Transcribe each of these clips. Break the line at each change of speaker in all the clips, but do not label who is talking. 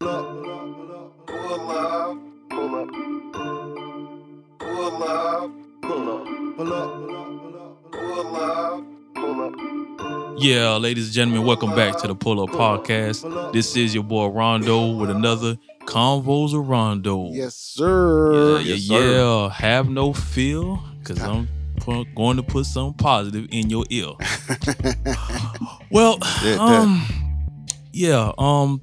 Pull up, pull up, pull up, pull up, pull up, pull up, pull up, pull up.
Yeah, ladies and gentlemen, welcome back to the Pull Up Podcast. This is your boy Rondo with another Convos of Rondo.
Yes, sir.
yeah, yeah, yeah. Have no fear, cause I'm pu- going to put something positive in your ear. Well,
Yeah, that-
um, yeah, um,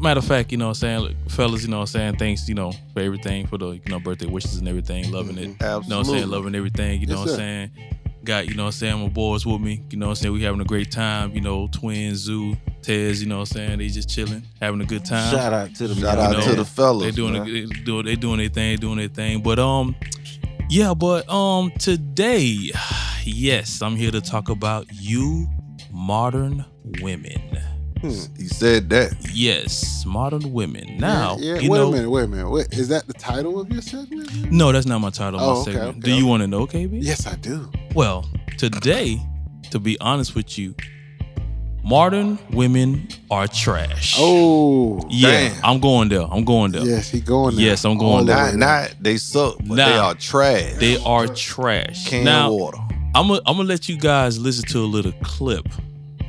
matter of fact, you know what I'm saying, like, fellas, you know what I'm saying, thanks, you know, for everything, for the, you know, birthday wishes and everything, loving it,
Absolutely.
you know what I'm saying, loving everything, you know
Yes,
what I'm saying, got, you know what I'm saying, my boys with me, you know what I'm saying, we having a great time, you know, twins, Zoo, Tez, you know what I'm saying, they just chilling, having a good time.
Shout out to the
Shout out
know,
to the fellas.
They doing
man.
they doing they doing their thing, doing their thing. But um, yeah, but um, today, yes, I'm here to talk about you, modern women.
He said that.
Yes, modern women. Now,
yeah, yeah.
you
wait
know,
a minute, wait a minute. Wait, is that the title of your segment?
no, that's not my title. of
Oh,
my
okay,
segment.
okay,
Do you want to know, KB?
Yes, I do.
Well, today, to be honest with you, modern women are trash.
Oh,
yeah,
damn.
I'm going there. I'm going there.
yes, he going. There.
Yes, I'm going
All
there.
out.
not, not they suck, but
Nah.
they are trash.
They are trash.
Can
now,
water.
I'm gonna I'm gonna let you guys listen to a little clip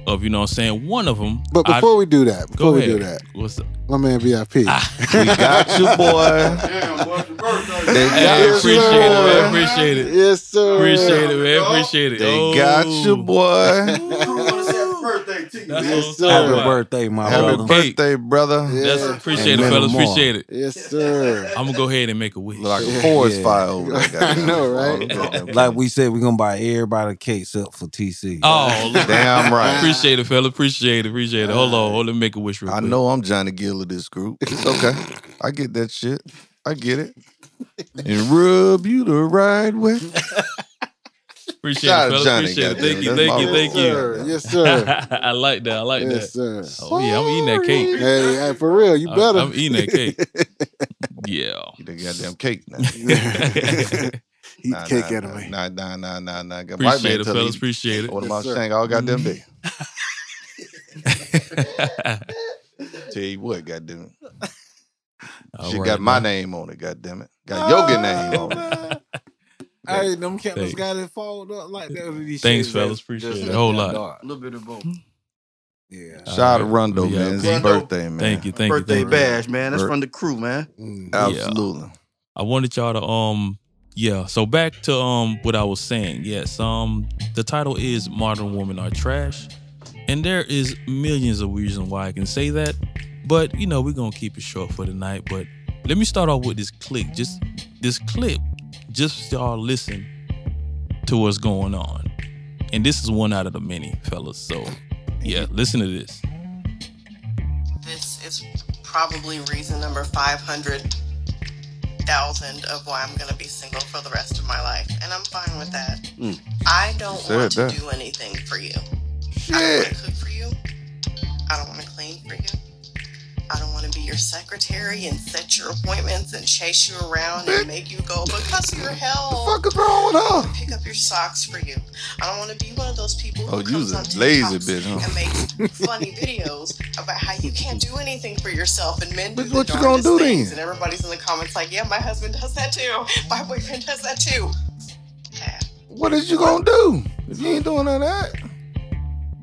of you know what I'm saying one of them.
But before we do that,
go
before we
ahead.
do that,
What's up? Ah,
my man VIP.
We got you, boy.
Damn, what's your birthday?
They got
Hey,
you,
appreciate it, man. Appreciate it.
Yes, sir.
Appreciate it, man. Appreciate it.
They
Oh.
got you, boy.
I want to say happy birthday to you.
That's
man.
what I'm
Yes,
talking
sir.
about.
Happy birthday, my
Happy
brother.
Hey.
birthday, brother.
That's
Yeah.
appreciate
And
it,
then
fellas.
more.
Appreciate it.
Yes, sir.
I'm gonna go ahead and make a wish.
Look like
Yeah,
a forest
yeah.
fire over there.
I know, right?
like
Like we said, we're gonna buy everybody cakes up for TC.
oh, look.
damn right.
appreciate it, fella. Appreciate it. Appreciate it. Hold on, hold on. Make a wish real
I
quick.
know I'm Johnny Gill of this group. Okay, I get that shit. I get it. And rub you the right way.
Appreciate
Shout
it,
out
fellas.
Johnny,
Appreciate it.
goddamn
Thank
it.
you,
That's
thank
my
you,
role.
yes,
thank you.
sir. Yes, sir.
I like that. I like
yes,
that.
sir.
Oh yeah, I'm eating that cake.
Hey, hey, for real, you
I-
better.
I'm eating that cake. Yeah.
Eat that goddamn cake now.
Eat
Nah,
cake
nah,
out of me.
Nah, nah, nah, nah, nah. White man
Appreciate it,
tell
fellas.
you-
Appreciate it.
What
Yes,
about
sir.
Shang? All goddamn day. Tell you what, goddamn it.
All
she
right,
got my
man.
name on it, goddamn it. Got yoga name
Oh,
on it.
man. Hey, them
Thanks.
cameras got it fold up like that. with these
Thanks,
shades
fellas.
that
Appreciate
just
it.
left
Whole
that
lot.
dark.
A little bit of both.
Yeah.
Shout out to
All right.
Rondo,
Yeah,
man. It's his
Rondo.
birthday, man.
Thank you, thank you.
Birthday
Thank you.
bash, man. That's from the crew, man.
Mm.
Absolutely.
I wanted y'all to um yeah, so back to um what I was saying. Yes, um the title is Modern Women Are Trash. And there is millions of reasons why I can say that. But you know, we're gonna keep it short for tonight. But let me start off with this clip. Just this clip, just so y'all listen to what's going on. And this is one out of the many, fellas. So yeah, listen to this.
This is probably reason number 500,000 of why I'm going to be single for the rest of my life. And I'm fine with that.
Mm.
I don't
You said
want to
that.
do anything for you. I don't want
Shit.
to cook for you. I don't want to clean for you. I don't want to be your secretary and set your appointments and chase you around and make you go because of your health.
Fuck is wrong with her?
Pick up your socks for you. I don't want to be one of those people who
Oh,
comes
you's
on
a lazy
TikToks
bitch, huh?
and makes funny videos about how you can't do anything for yourself and men do
But
the
what you gonna
darndest
do
things.
then?
And everybody's in the comments like, "Yeah, my husband does that too. My boyfriend does that too." Yeah.
What is you gonna do if you ain't doing none of that?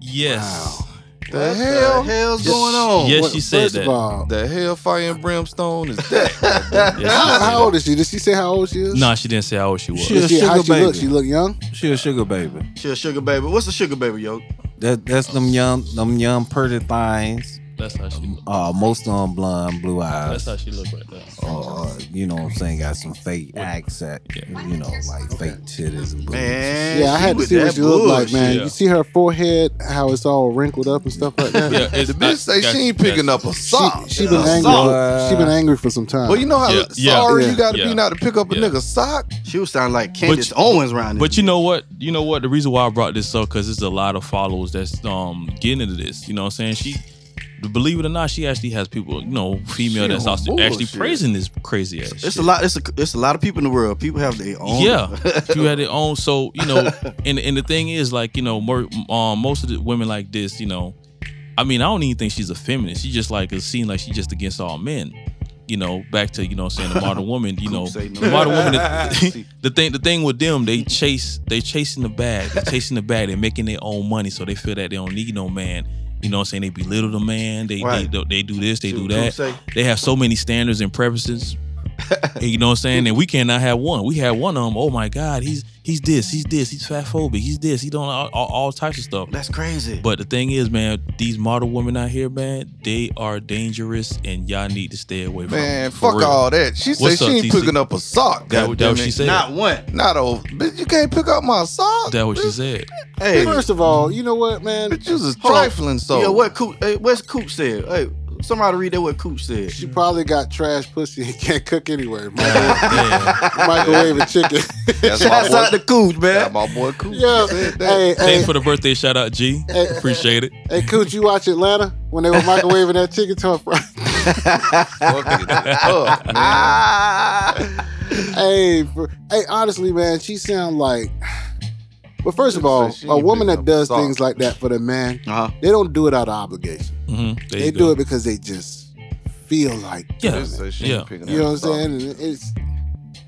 Yes.
The hell?
the hell's going
Yes,
on?
Well,
she said
first
that.
of all,
The hell fire and brimstone is that?
Yes, she
how,
said
how
that.
old is she? Did she say how old she is?
No, she didn't say how old she was.
She a
Did she, how
sugar
she look?
baby.
She look young.
She a sugar baby.
She a sugar baby. What's a sugar baby, yo?
That that's them young them young pretty things.
That's how she.
Uh most of them blonde, blue
That's
eyes.
how she looked right there.
Uh, you know what I'm saying? Got some fake accent.
Yeah.
You know, like fake titties and boobs.
Man,
Yeah, I
she
had to
with
see
that
what she looked like, man.
Yeah.
You see her forehead, how it's all wrinkled up and stuff like that.
Oh, Yeah, it's,
the bitch say she ain't picking up a sock.
She, she been angry.
Sock.
She been angry for some time.
well, you know how
Yeah, yeah,
sorry
yeah,
you gotta
yeah.
be not to pick up a
Yeah.
nigga sock.
She was sounding like Candace
you-
Owens around
But you know what? You know what? The reason why I brought this up because there's a lot of followers that's um getting into this. You know what I'm saying? She, believe it or not, she actually has people. You know, female
She
that's
on
also actually
bullshit.
praising this crazy ass.
it's
shit.
a lot. It's a it's a lot of people in the world. People have their own.
Yeah, you had it on. So you know, and and the thing is, like you know, more, um, most of the women like this, you know, I mean, I don't even think she's a feminist. She just like it seems like she's just against all men. You know, back to you know what I'm saying the modern woman. You know,
Say no.
the modern woman. The, the thing, the thing with them, they chase, they chasing the bag, they chasing the bag. They're making their own money, so they feel that they don't need no man. You know, what I'm saying they belittle the man. They
Right.
they, they do this, they
See
do
what
that.
Coop
They have so many standards and preferences. And you know what I'm saying? And we cannot have one. We had one of them. Oh my God, he's he's this, he's this, he's fat phobic, he's this, he don't all, all, all types of stuff.
say? That's crazy.
But the thing is, man, these model women out here, man, they are dangerous, and y'all need to stay away from.
Man,
them, for
fuck
real.
all that. She said
What's
she
up,
ain't
TC?
picking up a sock.
That, that,
goddamn
what
it.
she said.
Not one.
Not a bitch. You can't pick up my sock.
that what she
bitch.
said.
Hey,
First of all, you know what, man?
Bitch, you's a
Hold on.
trifling soul.
yeah, what Coop? Hey, what's Coop said? Hey, somebody read that what Coop said.
She probably got trash pussy and can't cook anyway. Micro-
Yeah.
Microwave a chicken.
That's my
Shouts
boy.
out to Coop, man.
That's my boy Coop.
yeah.
Said that.
Hey,
Thanks
hey,
for the birthday shout out, G.
Hey.
Appreciate it.
hey, Cooch, you watch Atlanta when they were microwaving that chicken to a fry?
Fuck it up, man.
hey, for, hey, honestly, man, she sound like. But first of all,
She
a
ain't
woman
picking
that
up
does
socks. Uh-huh.
things like that for the man,
Uh huh.
they don't do it out of obligation.
hmm There
They
you
do
go.
it because they just feel like.
Yeah.
Bitch said she
Yeah.
ain't picking
You know what I'm
up a sock.
saying? And it's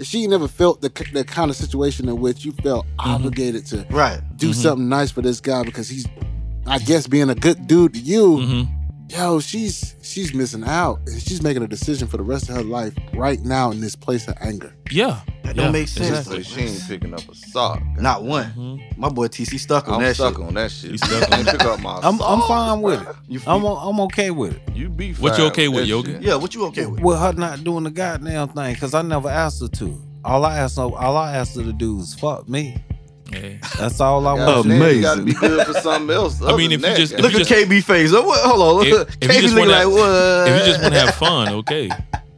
she never felt the the kind of situation in which you felt obligated to
Right.
do
Mhm.
something nice for this guy because he's, I guess, being a good dude to you.
hmm
Yo, she's she's missing out. And She's making a decision for the rest of her life right now in this place of anger.
Yeah.
That
Yeah,
don't make sense.
exactly.
Said She ain't picking up a sock.
Not one.
hmm
My boy TC stuck on
I'm
that
stuck
shit.
on that shit.
You stuck on
Ain't pick up my
I'm I'm
sock,
fine
bro.
with it.
Oh, You,
I'm o- I'm okay with it.
You be
What you
fine
okay with,
that
Yogi?
shit.
yeah, what you okay with?
With her not doing the goddamn thing, cause I never asked her to. All I asked her, all I asked her to do is fuck me.
Hey.
That's all I
Goddamn,
want.
you gotta be good for something else.
I mean,
other
if
than
you
that,
just-
goddamn.
Look
you
at
just-
KB face. Oh, what- Hold on.
If-
Look,
if you
KB
just
looking like
wanna-
what?
If you just want to have fun, okay.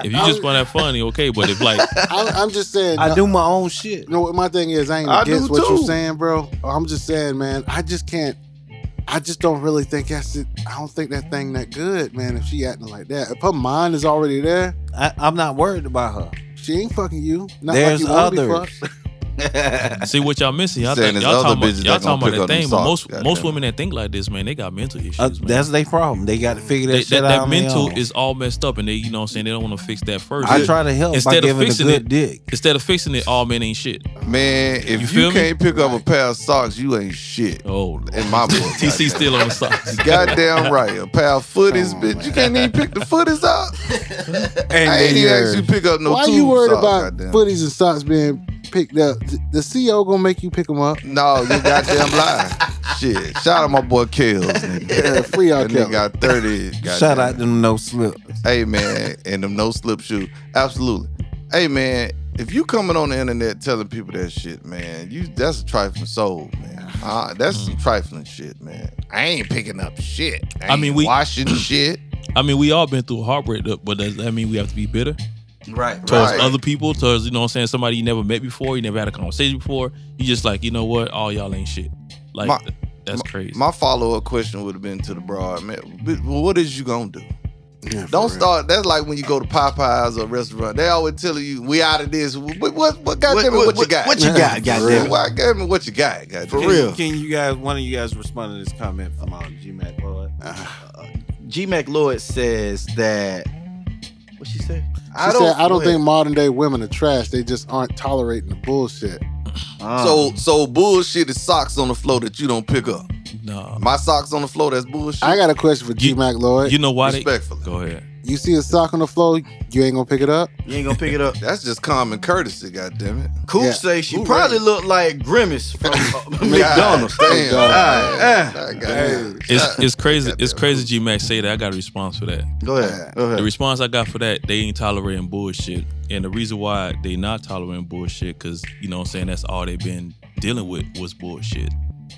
If you just want to have fun, okay. But if like,
I, I'm just saying.
I
no,
do my own shit.
No, my thing is, I ain't
I
against
do
what
too.
you're saying, bro. I'm just saying, man. I just can't. I just don't really think that's it. I don't think that thing that good, man. If she acting like that, if her mind is already there,
I, I'm not worried about her.
she ain't fucking you. Not
There's
like you wanna be
others.
fucked.
see what y'all missing? Y'all,
Saying
think,
there's
y'all
other
talking about,
bitches that
y'all
gonna
talking
pick
about
up
that
them
thing, but most
socks, goddamn
most
it.
women that think like this, man, they got mental issues.
Uh,
man.
that's their problem. They got to figure that,
They-
shit
that,
out.
that
on their
mental
own.
is all messed up, and they, you know, what I'm saying they don't want to fix that first.
I try to help
Instead
by
of
giving a
fixing
good
it-
dick.
Instead of fixing it, all men ain't shit.
Man, if
You
you,
feel me?
can't pick up a pair of socks, you ain't shit.
Oh, Lord.
In my book.
TC
goddamn.
still on the socks.
Goddamn right. A pair of footies,
Come on,
bitch.
man.
You can't even pick the footies up.
And
I ain't even asked you to pick up no
Why
tube
you worried
sock,
about
goddamn.
footies and socks being picked up? Th- The CO gonna make you pick them up.
No, you goddamn lying. Shit. Shout out my boy Kells, nigga.
Yeah, Uh, free
That
out,
nigga
Kelly.
got 30.
Shout
goddamn.
out to no slip.
Hey man, and them no slip shoe. Absolutely. Hey man, if you coming on the internet telling people that shit, man, you that's a trifling soul, man. Uh, that's some trifling shit, man. I ain't picking up shit. I,
I mean,
ain't
we-
washing shit.
I mean, we all been through heartbreak, uh, but does that mean we have to be bitter
Right. right.
towards
Right.
other people? Towards you know, what I'm saying somebody you never met before, you never had a conversation before. You just like, you know what? All y'all ain't shit. Like
My-
th- that's crazy.
My follow up question would have been to the broad man. "But What is you gonna do?
Yeah, for
Don't
real.
start. That's like when you go to Popeyes or restaurant. They always telling you we out of this. What what what? Goddamn it, what, you got?
What you got? Goddamn. it.
Why goddamn it, what you got? Goddamn
For
it.
Can-
real.
Can you guys, one of you guys, respond to this comment from um, GMAC? Lord?
G Mac Lloyd says that. What she say?
She said, I don't think modern day women are trash. They just aren't tolerating the bullshit.
Um,
So so bullshit is socks on the floor that you don't pick up.
nah,
My socks on the floor, that's bullshit.
I got a question for
You-
G Mac Lloyd.
you
You,
know why they?
respectfully.
Go ahead.
see a sock on the floor, you ain't gonna pick it up.
you ain't gonna pick it up.
That's just common courtesy, goddammit.
Coop
Yeah.
say she
Who
probably looked like Grimace from uh, McDonald's.
McDonald's. Damn.
McDonald's.
God,
Ah,
God, goddamn.
It's it's crazy. It's
Goddamn.
crazy. G Max say that. I got a response for that.
Go ahead. Go
The
ahead.
response I got for that, they ain't tolerating bullshit. And the reason why they not tolerating bullshit, cause you know what I'm saying, that's all they've been dealing with was bullshit.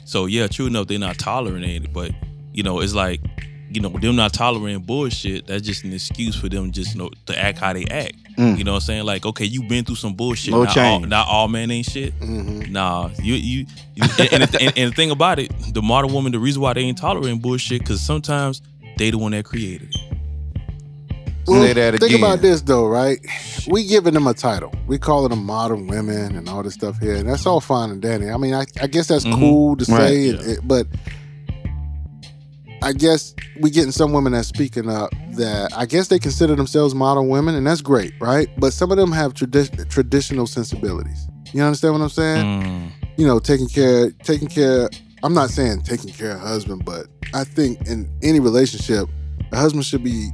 So yeah, true enough, they not tolerating it, but you know, it's like, you know, them not tolerating bullshit, that's just an excuse for them just you know to act how they act.
Mm.
You know what I'm saying? Like, okay, you been through some bullshit.
No
not All,
change.
not all men ain't shit.
Mm-hmm.
hmm
Nah, you you, you and, and, and, and the thing about it, the modern woman, the reason why they ain't tolerating bullshit, cause sometimes they the one that created it.
Say that
Think
again.
about this though, right? We giving them a title. We calling them modern women and all this stuff here, and that's all fine and dandy. I mean, I, I guess that's
Mhm.
cool to
Right,
say,
yeah.
and- and- but I guess we getting some women that's speaking up that I guess they consider themselves modern women, and that's great, right? But some of them have tradi- traditional sensibilities. You understand what I'm saying?
Mm.
you know, taking care, taking care. I'm not saying taking care of husband, but I think in any relationship, a husband should be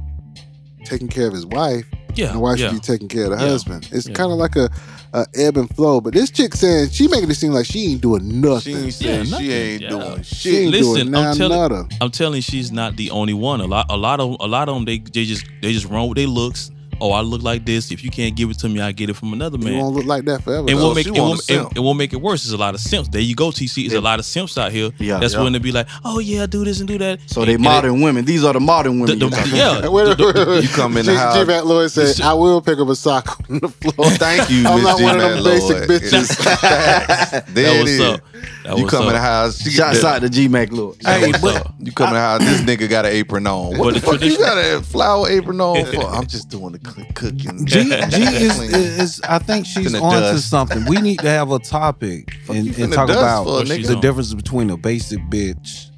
taking care of his wife,
Yeah.
and the wife
Oh, yeah.
should be taking care of the
Yeah.
husband. It's
Yeah.
kind of like a, a ebb and flow. But this chick saying she making it seem like she ain't doing
She
nothing.
ain't
She,
Yeah,
saying
nothing.
she ain't
Yeah.
doing
ain't
shit.
Listen,
doing
I'm
none
telling-
nutter.
I'm telling you, she's not the only one. A lot, a lot of, a lot of them, they, they just, they just wrong with their looks. Oh, I look like this. If you can't give it to me, I get it from another
You
man.
won't look like that forever.
And
though.
will
No,
make
she
it
want
will
a simp.
it will make it worse. There's a lot of simps. There you go, TC. There's a lot of simps out here.
Yeah,
that's
yeah.
willing to be like, oh yeah, do this and do that.
So
And-
they
and
modern women. These are the modern
The,
women.
the,
you're talking
yeah,
about.
Wait, wait, wait, wait.
You come in the
G-
house.
G. Matt Lloyd said,
This-
"I will pick up a sock on the floor."
Oh, Thank you,
I'm
Miss
not
G
one of
Man
them basic
Lloyd.
bitches.
It's facts.
that
There it
was
is.
up. That
You
was
come in
up.
the house. She got
Shots
the-
out to G Mac Lord.
That
Hey,
was
but
up.
you coming out? This nigga got an apron on. What
But
the
the
fuck? You
tradition-
got a flower apron on? for? I'm just doing the cl- cooking.
G, G is, is, I think she's
Finna
on to
dust.
something. We need to have a topic
Fuck
and,
you
and
finna
talk
dust
about
for,
the
nigga?
difference between a basic bitch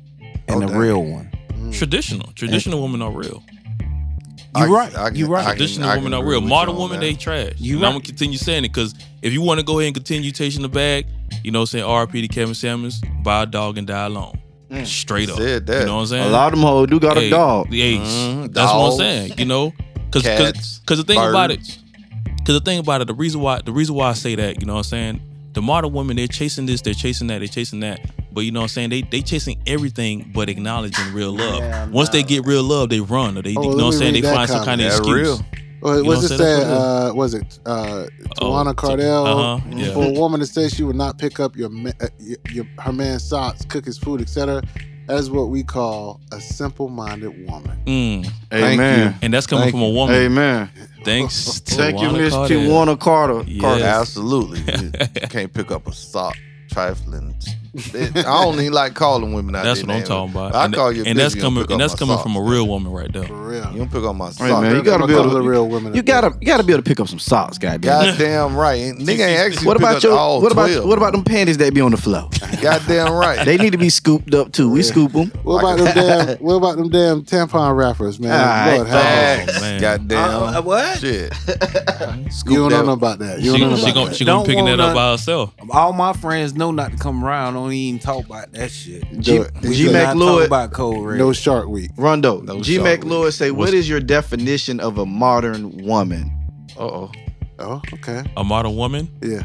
and
Oh,
a
damn.
real one.
Traditional, traditional women are real.
I-
You're right.
I can-
You're
I
right.
can-
Traditional women are
agree
real.
with you
Modern
on
women,
that.
they trash.
You
and
right.
I'm gonna continue saying it because if you want to go ahead and continue chasing the bag, you know, what I'm saying R.P. to Kevin Samuels, buy a dog and die alone. Straight up.
Mm. Said that.
You know what I'm saying?
A lot of them hoes do got
Hey,
a dog.
yeah,
Mhm,
that's what I'm
dogs,
saying. You know, because
Cats,
because the thing about it,
birds.
because the thing about it, the reason why the reason why I say that, you know what I'm saying? The modern women, they're chasing this, they're chasing that, they're chasing that. But you know what I'm saying? They they chasing everything but acknowledging real love. Once they get real love, they run or they
Oh,
you
let
know what I'm
me
saying? They
read that
find some kind of
comment.
excuse.
That real.
Well,
You
was
know
it
what I'm saying?
said?
That's what
Uh, was it uh,
Oh,
Tawana
t-
Cardell?
uh-huh, yeah.
For a woman to say she would not pick up your, ma- uh, your, your her man's socks, cook his food, etc. That is what we call a simple-minded woman.
Mm.
Thank
Amen.
And that's coming
Thank
from a woman.
Amen.
Thanks to
Thank you,
Wanda
Miss
Carter.
Tijuana Carter.
Yes.
Carter.
Absolutely. You Can't pick up a sock. Trifling. It- I don't even like calling women out.
That's
their
what I'm
name.
talking about.
I
and,
call you a
and
bitch,
that's
you don't
coming
pick
and
up
that's
my
coming
sock.
from a real woman right there.
For real.
You don't pick up my sock.
man, you
Pick
gotta
up
be
my
able
All
to-
the
sock.
real women.
You gotta you gotta be able to pick up some socks, goddamn.
Goddamn right. Ain't- Nigga ain't actually.
What
pick
about
up
your
all
what about
12.
what about them panties that be on the floor?
Goddamn right.
They need to be scooped up too. We scoop them.
What about them damn? What about them damn tampon wrappers, man?
All
Lord,
right,
have mercy.
Facts.
Oh, man.
Goddamn.
Uh, uh, what?
Shit. Scoop that
you don't know
up.
nothing about that.
She,
You don't know nothing
she
about
gonna
that.
she gonna
Don't
picking that
wanna-
up by herself.
All my friends know not to come around. Don't even talk about that shit.
G,
Do it. He
G
said,
Mac
Not talk
Lloyd
about Code Red.
No Shark Week.
Rondo.
No
G
sorry.
Mac Lloyd say, "What
What's-
is your definition of a modern woman?"
Uh oh.
Oh, okay.
A modern woman.
Yeah.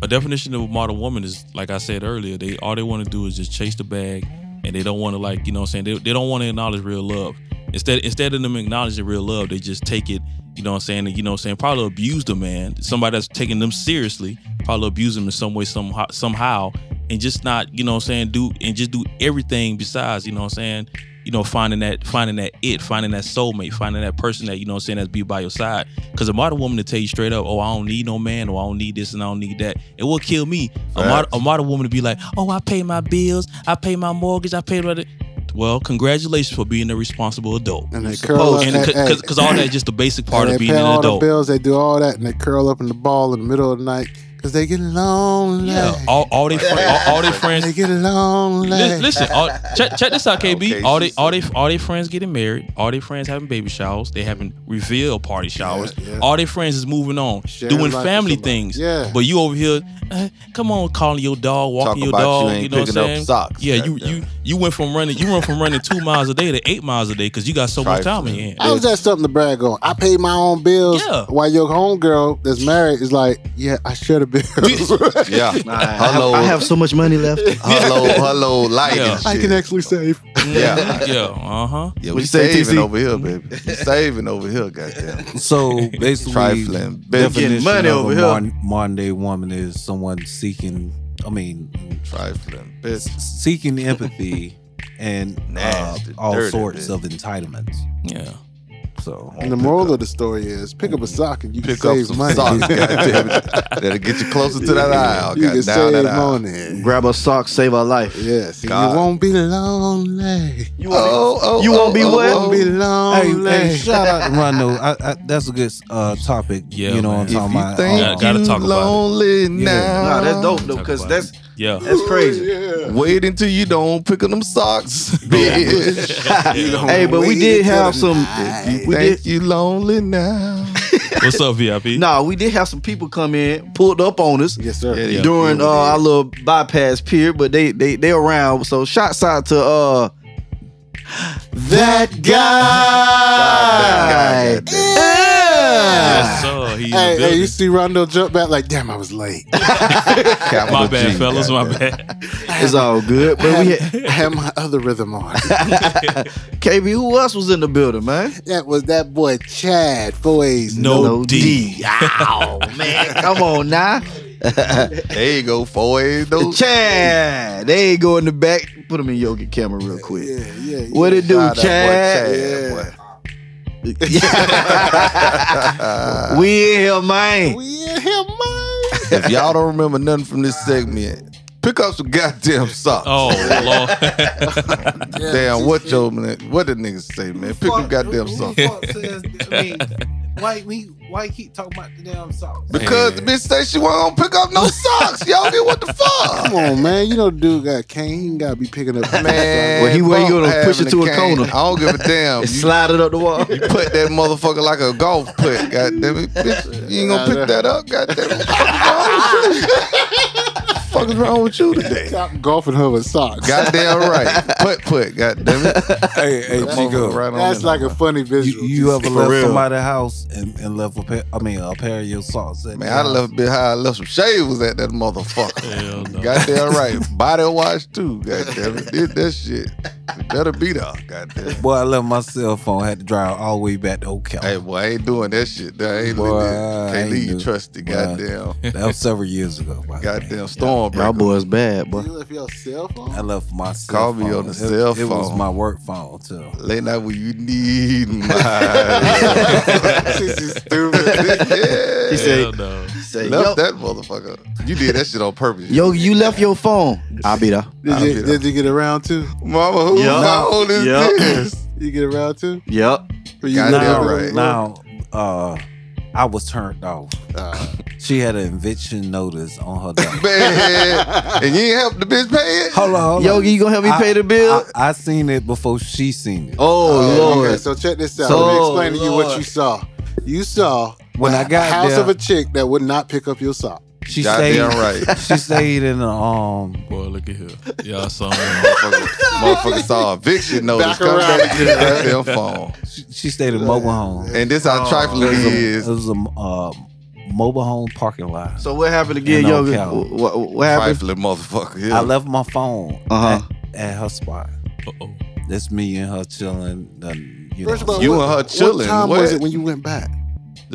A definition of a modern woman is like I said earlier, they all they want to do is just chase the bag and they don't want to like, you know what I'm saying? They, they don't want to acknowledge real love. Instead instead of them acknowledging real love, they just take it, you know what I'm saying, and, you know what I'm saying, probably abuse the man. Somebody that's taking them seriously, probably abuse them in some way, somehow somehow, and just not, you know what I'm saying, do and just do everything besides, you know what I'm saying, you know, finding that finding that it, finding that soulmate, finding that person that, you know what I'm saying, that's be by your side. Because a modern woman to tell you straight up, oh, I don't need no man, or I don't need this and I don't need that, it will kill me. A, mod- a modern woman to be like, oh, I pay my bills, I pay my mortgage, I pay my. th-" Well, congratulations for being a responsible adult.
And they curl up.
Supposed-
And
hey, hey.
because all that is just the basic part
And
of
they
being
pay
an
all
adult.
the bills. They do all that, and they curl up in the ball in the middle of the night because they get lonely.
Yeah, all, all they fri- all, all they friends.
They get lonely.
Li- Listen, all, check, check this out, KB.
Okay,
all
she
they all they all their friends getting married. All their friends having baby showers. They having reveal party showers.
yeah.
All their friends is moving on,
Sharing
doing
life with
family
somebody.
things.
Yeah.
But you over here, uh, come on, calling your dog, walking
Talk
your
about
dog.
you ain't
know what I'm
picking up
saying?
socks.
Yeah, you
Goddamn.
you you went from running you run from running two miles a day to eight miles a day because you got so much time
Trifling.
in your hand.
I was that something to brag on? I paid my own bills.
Yeah.
While your homegirl that's married is like, yeah, I should have been.
Yeah.
I have,
Hello.
I have so much money left.
hello, hello, light
Yeah.
and shit.
I can actually save.
yeah.
yeah, uh huh.
Yeah,
What
we
you say,
saving
TC?
over here, baby. We saving over here, goddamn.
So basically,
Trifling. Bitch.
Definitely.
definition
money
of
over
a
here.
modern, modern day woman is someone seeking. I mean,
Trifling. Bitch.
seeking empathy and uh,
Nasty,
all
dirty
sorts
bitch. Oh
of entitlements.
Yeah.
So
And the moral of the story is, pick up a sock and you
Pick
can
up
save
some
money.
socks, goddamn. it. That'll get you closer to that aisle.
you can
God down
save
that aisle.
money.
Grab a sock, save our life.
Yes, and
God.
you won't be lonely.
You won't, oh, oh,
you won't be
oh,
what?
oh,
won't be
hey,
lonely.
hey, shout out to Rondo. I, I, that's a good uh, topic.
Yeah,
you know
man.
what I'm
If
talking
you
about.
think
Gotta- gotta
you
talk about it.
lonely now,
Nah, that's dope though,
Talk
because
about
that's
Yeah.
That's crazy.
Yeah.
Wait until you don't pick up them socks, bitch.
hey, but we did have some.
If you
We
think
did.
you lonely now.
What's up, VIP?
Nah, we did have some people come in, pulled up on us
Yes, sir.
Yeah.
during uh, our little bypass period, but they they they around. So shots out to uh that guy.
God damn. Ah.
Yes, sir. He's
Hey,
a
hey, you
building.
see Rondo jump back like, damn, I was late.
Capital
My bad,
G,
fellas. My
goddamn.
bad.
It's all good, but we had,
I had my other rhythm on.
KB. Who else was in the building, man?
that was that boy Chad Foy's
No, D.
Ow, man. Come on now.
There you go, four A's, though.
Chad. They ain't go in the back. Put them in yoga camera real quick.
Yeah, yeah, yeah.
What it do,
Shout out, boy,
Chad?
Chad, boy.
we in here, man.
We in here, man.
if y'all don't remember nothing from this segment, pick up some goddamn socks.
Oh, Lord.
Damn, what your man- what the niggas say, man? Pick up
Uh,
goddamn socks.
I mean, why we why keep talking about the damn socks?
Because the bitch say she won't pick up no socks. Y'all get what the fuck?
Come on, man. You know the dude got cane. He gotta be picking up.
Man,
Well, he where you
fuck
gonna push it
having
to a
cane.
corner.
I don't give a damn.
It
You
slided up the wall.
put that motherfucker like a golf putt. Goddamn it, bitch. You ain't gonna pick that up. Goddamn it. Fuck is wrong with you today?
Stop golfing her with socks.
Goddamn right. Putt putt. Goddamn it.
Hey, hey,
That motherfucker
Chico.
Right on
That's
in.
like a funny
You,
visual.
you ever
For
left
real.
somebody's house and, and left a pair? I mean, a pair of your socks. at
Man,
their
I
house?
left bit high. I left some shavers at that motherfucker.
Hell no.
Goddamn right. Body wash too. Goddamn it. Did that shit. It better be there. Goddamn.
Boy, I left my cell phone. Had to drive all the way back to
Hey,
Ocala.
boy, I ain't doing that shit. I ain't
Boy,
boy,
I
Can't
ain't
leave you
do-
trusty.
boy.
Goddamn.
That was several years ago. by the way.
Goddamn storm,
Y'all boys bad, boy.
You left your cell
I
phone.
left my cell
Call me
phone.
on the
it,
cell
It was
phone.
my work phone too.
Late night when you need my. yeah.
this is stupid.
He
Hell
said,
no.
say,
Left
yo,
that motherfucker. You did that shit on purpose.
yo, you left your phone. I'll be there.
Did you, did you get around to?
mama, who
Yeah.
how old is
Yeah.
this?
You get around to?
Yep.
Or you
Goddamn
left it
right.
with-
Now, uh, I was turned off.
Ah.
She had an eviction notice on her door.
Man, and you ain't help the bitch pay it.
hold on, hold
Yo,
on.
you gonna help me
I-
pay the bill?
I, I seen it before she seen it.
oh, Lord.
Okay, so check this out.
So-
Let me explain to you what
Lord.
you saw. You saw
When I
a
got
house
there-
of a chick that would not pick up your sock.
She stayed.
Goddamn right.
She stayed in the um.
Boy, look at here. Y'all uh, saw him.
motherfucker, motherfucker saw eviction notice.
Back
Come
around
back to the goddamn phone.
She, she stayed in mobile home.
And this
Oh,
how trifling
It
he
was a,
is.
It was a uh, mobile home parking lot.
So what happened again,
And
yo?
on
What,
count.
what, what happened?
Trifling motherfucker.
I
Yeah.
left my phone
Uh-huh.
at, at her spot.
Uh-oh.
That's me and her chilling. and, you
First of
know.
all,
You
what-
and her
What
chilling.
time
What?
was it when you went back?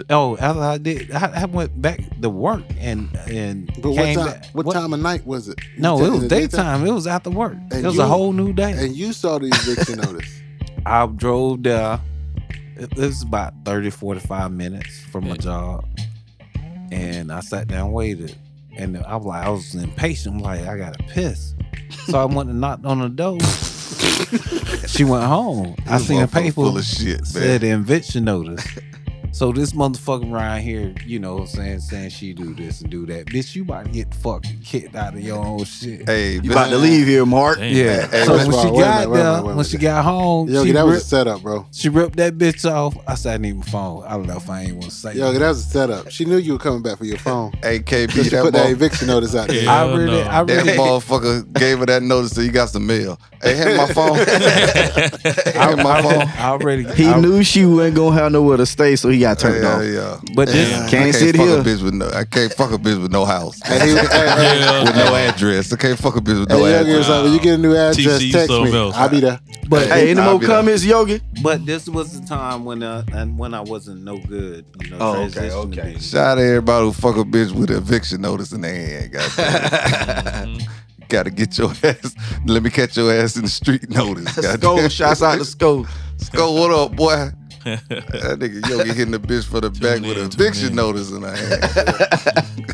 oh, after I did, I, I went back to work and and
But what
came
time?
back.
What, time of night was it?
No,
You
it
said
was
in the
daytime. It was after work.
And
it was
you-
a whole new day.
And you saw the eviction notice.
I drove there. It it was about 30, 45 minutes from my job. And I sat down, waited. And I was like, I was impatient. I'm like, I gotta piss. So I went and knocked on the door. she went home. I
This
seen a
motherfucker full
paper
of shit, man.
said the eviction notice. So this motherfucker around here, you know, what I'm saying saying she do this and do that. Bitch, you about to get fucking kicked out of your own shit.
Hey,
You about to leave here, Mark.
Damn.
Yeah.
Hey,
so
wait
when
a
she
minute, wait a
got
minute, wait a
there,
minute, wait a
when she
minute.
got home,
Yo,
she
that was a
ripped-
setup, bro.
she ripped that bitch off. I said, I need my phone. I left. I ain't want to say
Yo,
it.
that was a setup. She knew you were coming back for your phone.
hey, KB,
She
that,
put that
mother-
eviction notice out there.
Yeah.
I
Hell
really,
no.
I
that
really,
motherfucker gave her that notice that you got some mail. Hey, hand my phone.
I,
hand my phone.
I, I already.
He
I-
knew she wasn't gonna have nowhere to stay, so he got turned
Yeah,
off.
yeah.
but this,
Damn.
I
Can't sit
fuck
here.
a bitch with no. I can't fuck a bitch with no house.
And he, hey, hey,
Hell
with no
no.
address. I can't fuck a bitch with
hey,
no
Yogi
address.
was like, when you get a new address,
TC
text
something
me.
else.
I'll be there.
but
Hey, any
I'll
more
be there.
comments, Yogi?
but this was the time when uh, and when I wasn't no good. You know,
Oh, okay,
transitioning
okay.
being-
Shout out to everybody who fuck a bitch with an eviction notice in their hand. Goddamn. Gotta get your ass. Let me catch your ass in the street notice.
Sko, shouts out to Sko.
Sko, what up, boy? That nigga Yogi hitting the bitch for the back with
in,
an
tune
eviction
in.
notice in her hand. get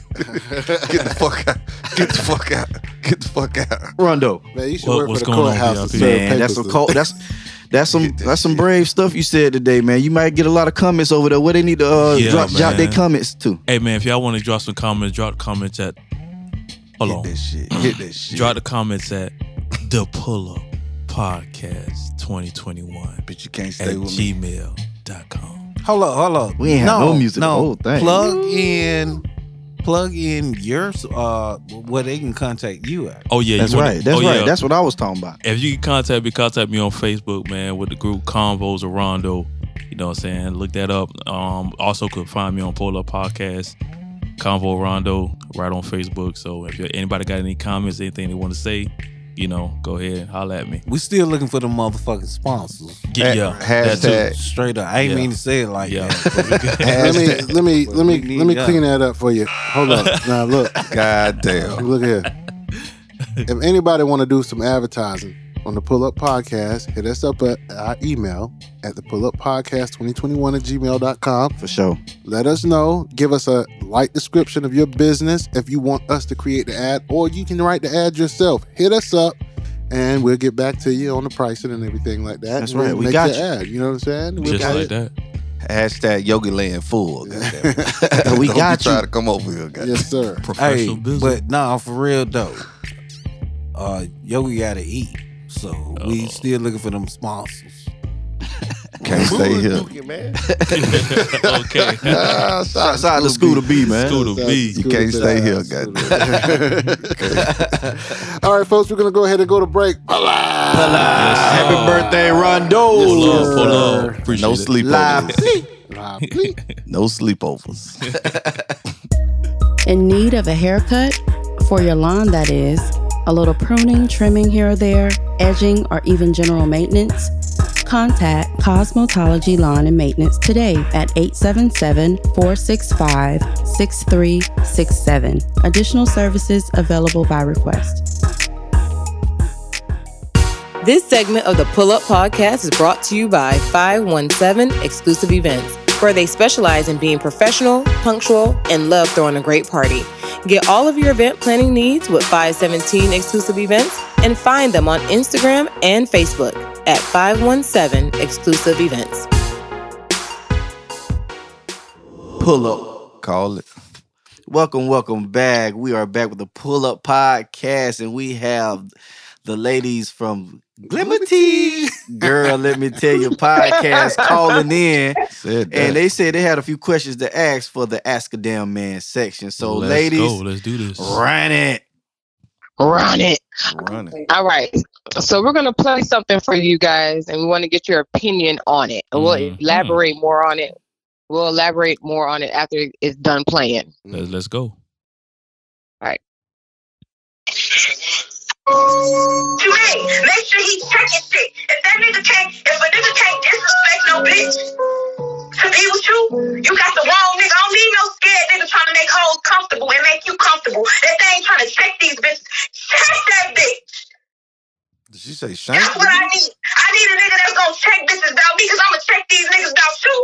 the fuck out. Get the fuck out. Get the fuck out.
Rondo.
Man, you should
What-
work
what's
for the
going on,
courthouse to
VIP?
serve
Man,
papers
that's some
to-
cold. That's that's some that's some brave stuff you said today, man. You might get a lot of comments over there. What they need to uh,
Yeah,
drop, drop
man.
their comments to.
Hey man, if y'all want to drop some comments, drop comments at Hold
Hit
on.
that shit. Hit that shit.
Drop the comments at the Pull Up Podcast 2021
Bitch, you can't
at
stay with me.
gmail.com.
Hold up, hold up.
We ain't have no music, the whole thing.
Plug in, plug in your uh, where they can contact you at.
Oh yeah, you
That's
wanna-
right. That's
oh,
right.
yeah.
That's what I was talking about.
if you can contact me, contact me on Facebook, man, with the group Convos of Rondo. You know what I'm saying? Look that up. Um, also could find me on Polar Podcast, Convo Rondo, right on Facebook. So if you- anybody got any comments, anything they want to say, you know, go ahead and holler at me.
We still looking for the motherfucking sponsors.
Get,
Ha-
yeah, that too.
hashtag.
Straight up, I ain't
Yeah.
mean to say it like
Yeah.
that. but we got-
Let me
Hashtag.
let me let me
We need
let me
y'all.
clean that up for you. Hold up. Now look,
God damn.
look here. If anybody want to do some advertising on the Pull Up Podcast, hit us up at our email at the Pull Up Podcast 2021 at gmail.com.
For sure.
Let us know. Give us a light description of your business if you want us to create the ad, or you can write the ad yourself. Hit us up, and we'll get back to you on the pricing and everything like that.
That's
And we'll
right. We
make
got
your
you.
Ad, you know what I'm saying? We'll
Just
get
like
it.
that.
Hashtag Yogi Land full. goddamn.
We
Don't
got
be trying
you.
to come over here, goddamn.
Yes, sir.
Professional
hey,
business.
but nah, for real though. Uh, yo, we gotta eat, so we
Oh.
still looking for them sponsors.
Can't stay here.
okay.
Ah, shout
Shout out to Scooter B, man.
Scooter B.
You can't stay here, goddamn.
All right, folks, we're gonna go ahead and go to break.
Happy birthday,
Yes, sir. Pull up, pull
Rondo.
up. Appreciate
No
it.
Live.
sleepovers.
Live, please.
No sleepovers.
In need of a haircut? For your lawn, that is. A little pruning, trimming here or there, edging, or even general maintenance? Contact Cosmetology Lawn and Maintenance today at 877 465 6367. Additional services available by request.
This segment of the Pull Up Podcast is brought to you by 517 Exclusive Events, where they specialize in being professional, punctual, and love throwing a great party. Get all of your event planning needs with 517 Exclusive Events and find them on Instagram and Facebook at 517 Exclusive Events.
Pull up.
Call it.
Welcome, welcome back. We are back with the Pull Up Podcast, and we have the ladies from Glimity Girl. Let me tell you, podcast calling in,
Said that.
and they said they had a few questions to ask for the Ask a Damn Man section. So,
Let's go.
ladies,
Let's do this.
run it.
Run it.
Run it.
All right. So we're gonna play something for you guys, and we want to get your opinion on it. And we'll
Mhm.
elaborate more on it. We'll elaborate more on it after it's done playing.
Let's, let's go.
Hey, make sure he checking shit. If that nigga can't, if a nigga can't disrespect no bitch to be with you, you got the wrong nigga. I don't need no scared nigga trying to make hoes comfortable and make you comfortable. If they ain't trying to check these bitches, check that bitch.
Did she say shank?
That's what I need. I need a nigga that's gonna check bitches about me because I'm gonna check these niggas about you.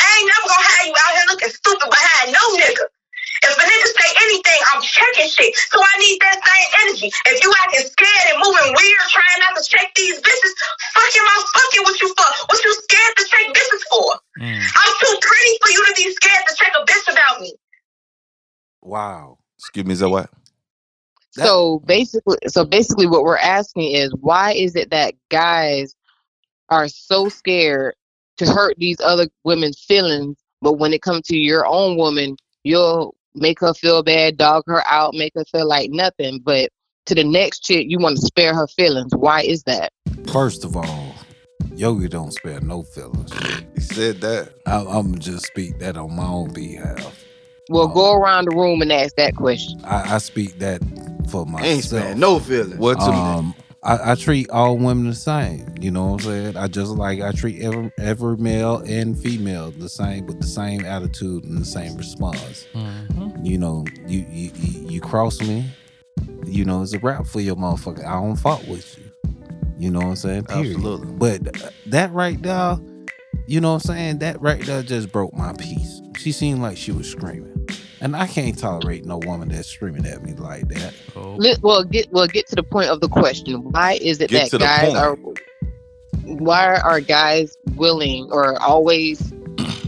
I ain't never gonna have you out here looking stupid behind no nigga. If a nigga say anything, I'm checking shit. So I need that same energy. If you acting scared and moving weird, trying not to check these bitches, fuck am I fucking with you for? What you scared to check bitches for?
Mm.
I'm too pretty for you to be scared to check a bitch about me.
Wow.
Excuse me, is that what?
That-
so basically, so basically, what we're asking is, why is it that guys are so scared to hurt these other women's feelings, but when it comes to your own woman, you'll make her feel bad, dog her out, make her feel like nothing, but to the next chick, you want to spare her feelings. Why is that?
First of all, Yogi don't spare no feelings.
He said that.
I, I'm just speak that on my own behalf.
Well,
Oh.
go around the room and ask that question.
I, I speak that for myself.
Ain't spare no feelings.
What to
um, I, I treat all women the same. You know what I'm saying? I just like I treat every every male and female the same with the same attitude and the same response.
Mhm.
You know, you you you, you cross me, you know it's a wrap for your motherfucker. I don't fuck with you. You know what I'm saying? Period.
Absolutely.
But uh, that right there, you know what I'm saying? That right there just broke my peace. She seemed like she was screaming. And I can't tolerate no woman that's screaming at me like that.
Oh.
Let, well, get well, get to the point of the question. Why is it
Get to
that
the
guys
point.
are why are guys willing or always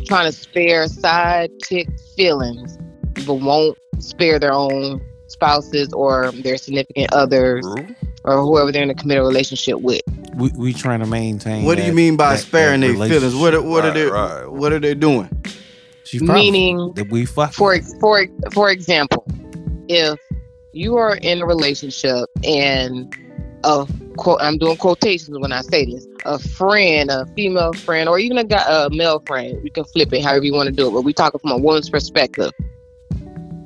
trying to spare side chick feelings but won't spare their own spouses or their significant others or whoever they're in a committed relationship with.
We we trying to maintain.
What do you
that-
mean by
that- that
sparing their feelings? What are- what are
Right,
they
right.
what are they doing?
She probably-
Meaning-
that we fuck.
For ex- for ex- for example, if you are in a relationship and a quote, I'm doing quotations when I say this, a friend, a female friend, or even a guy, a male friend, we can flip it however you want to do it. But we talking from a woman's perspective.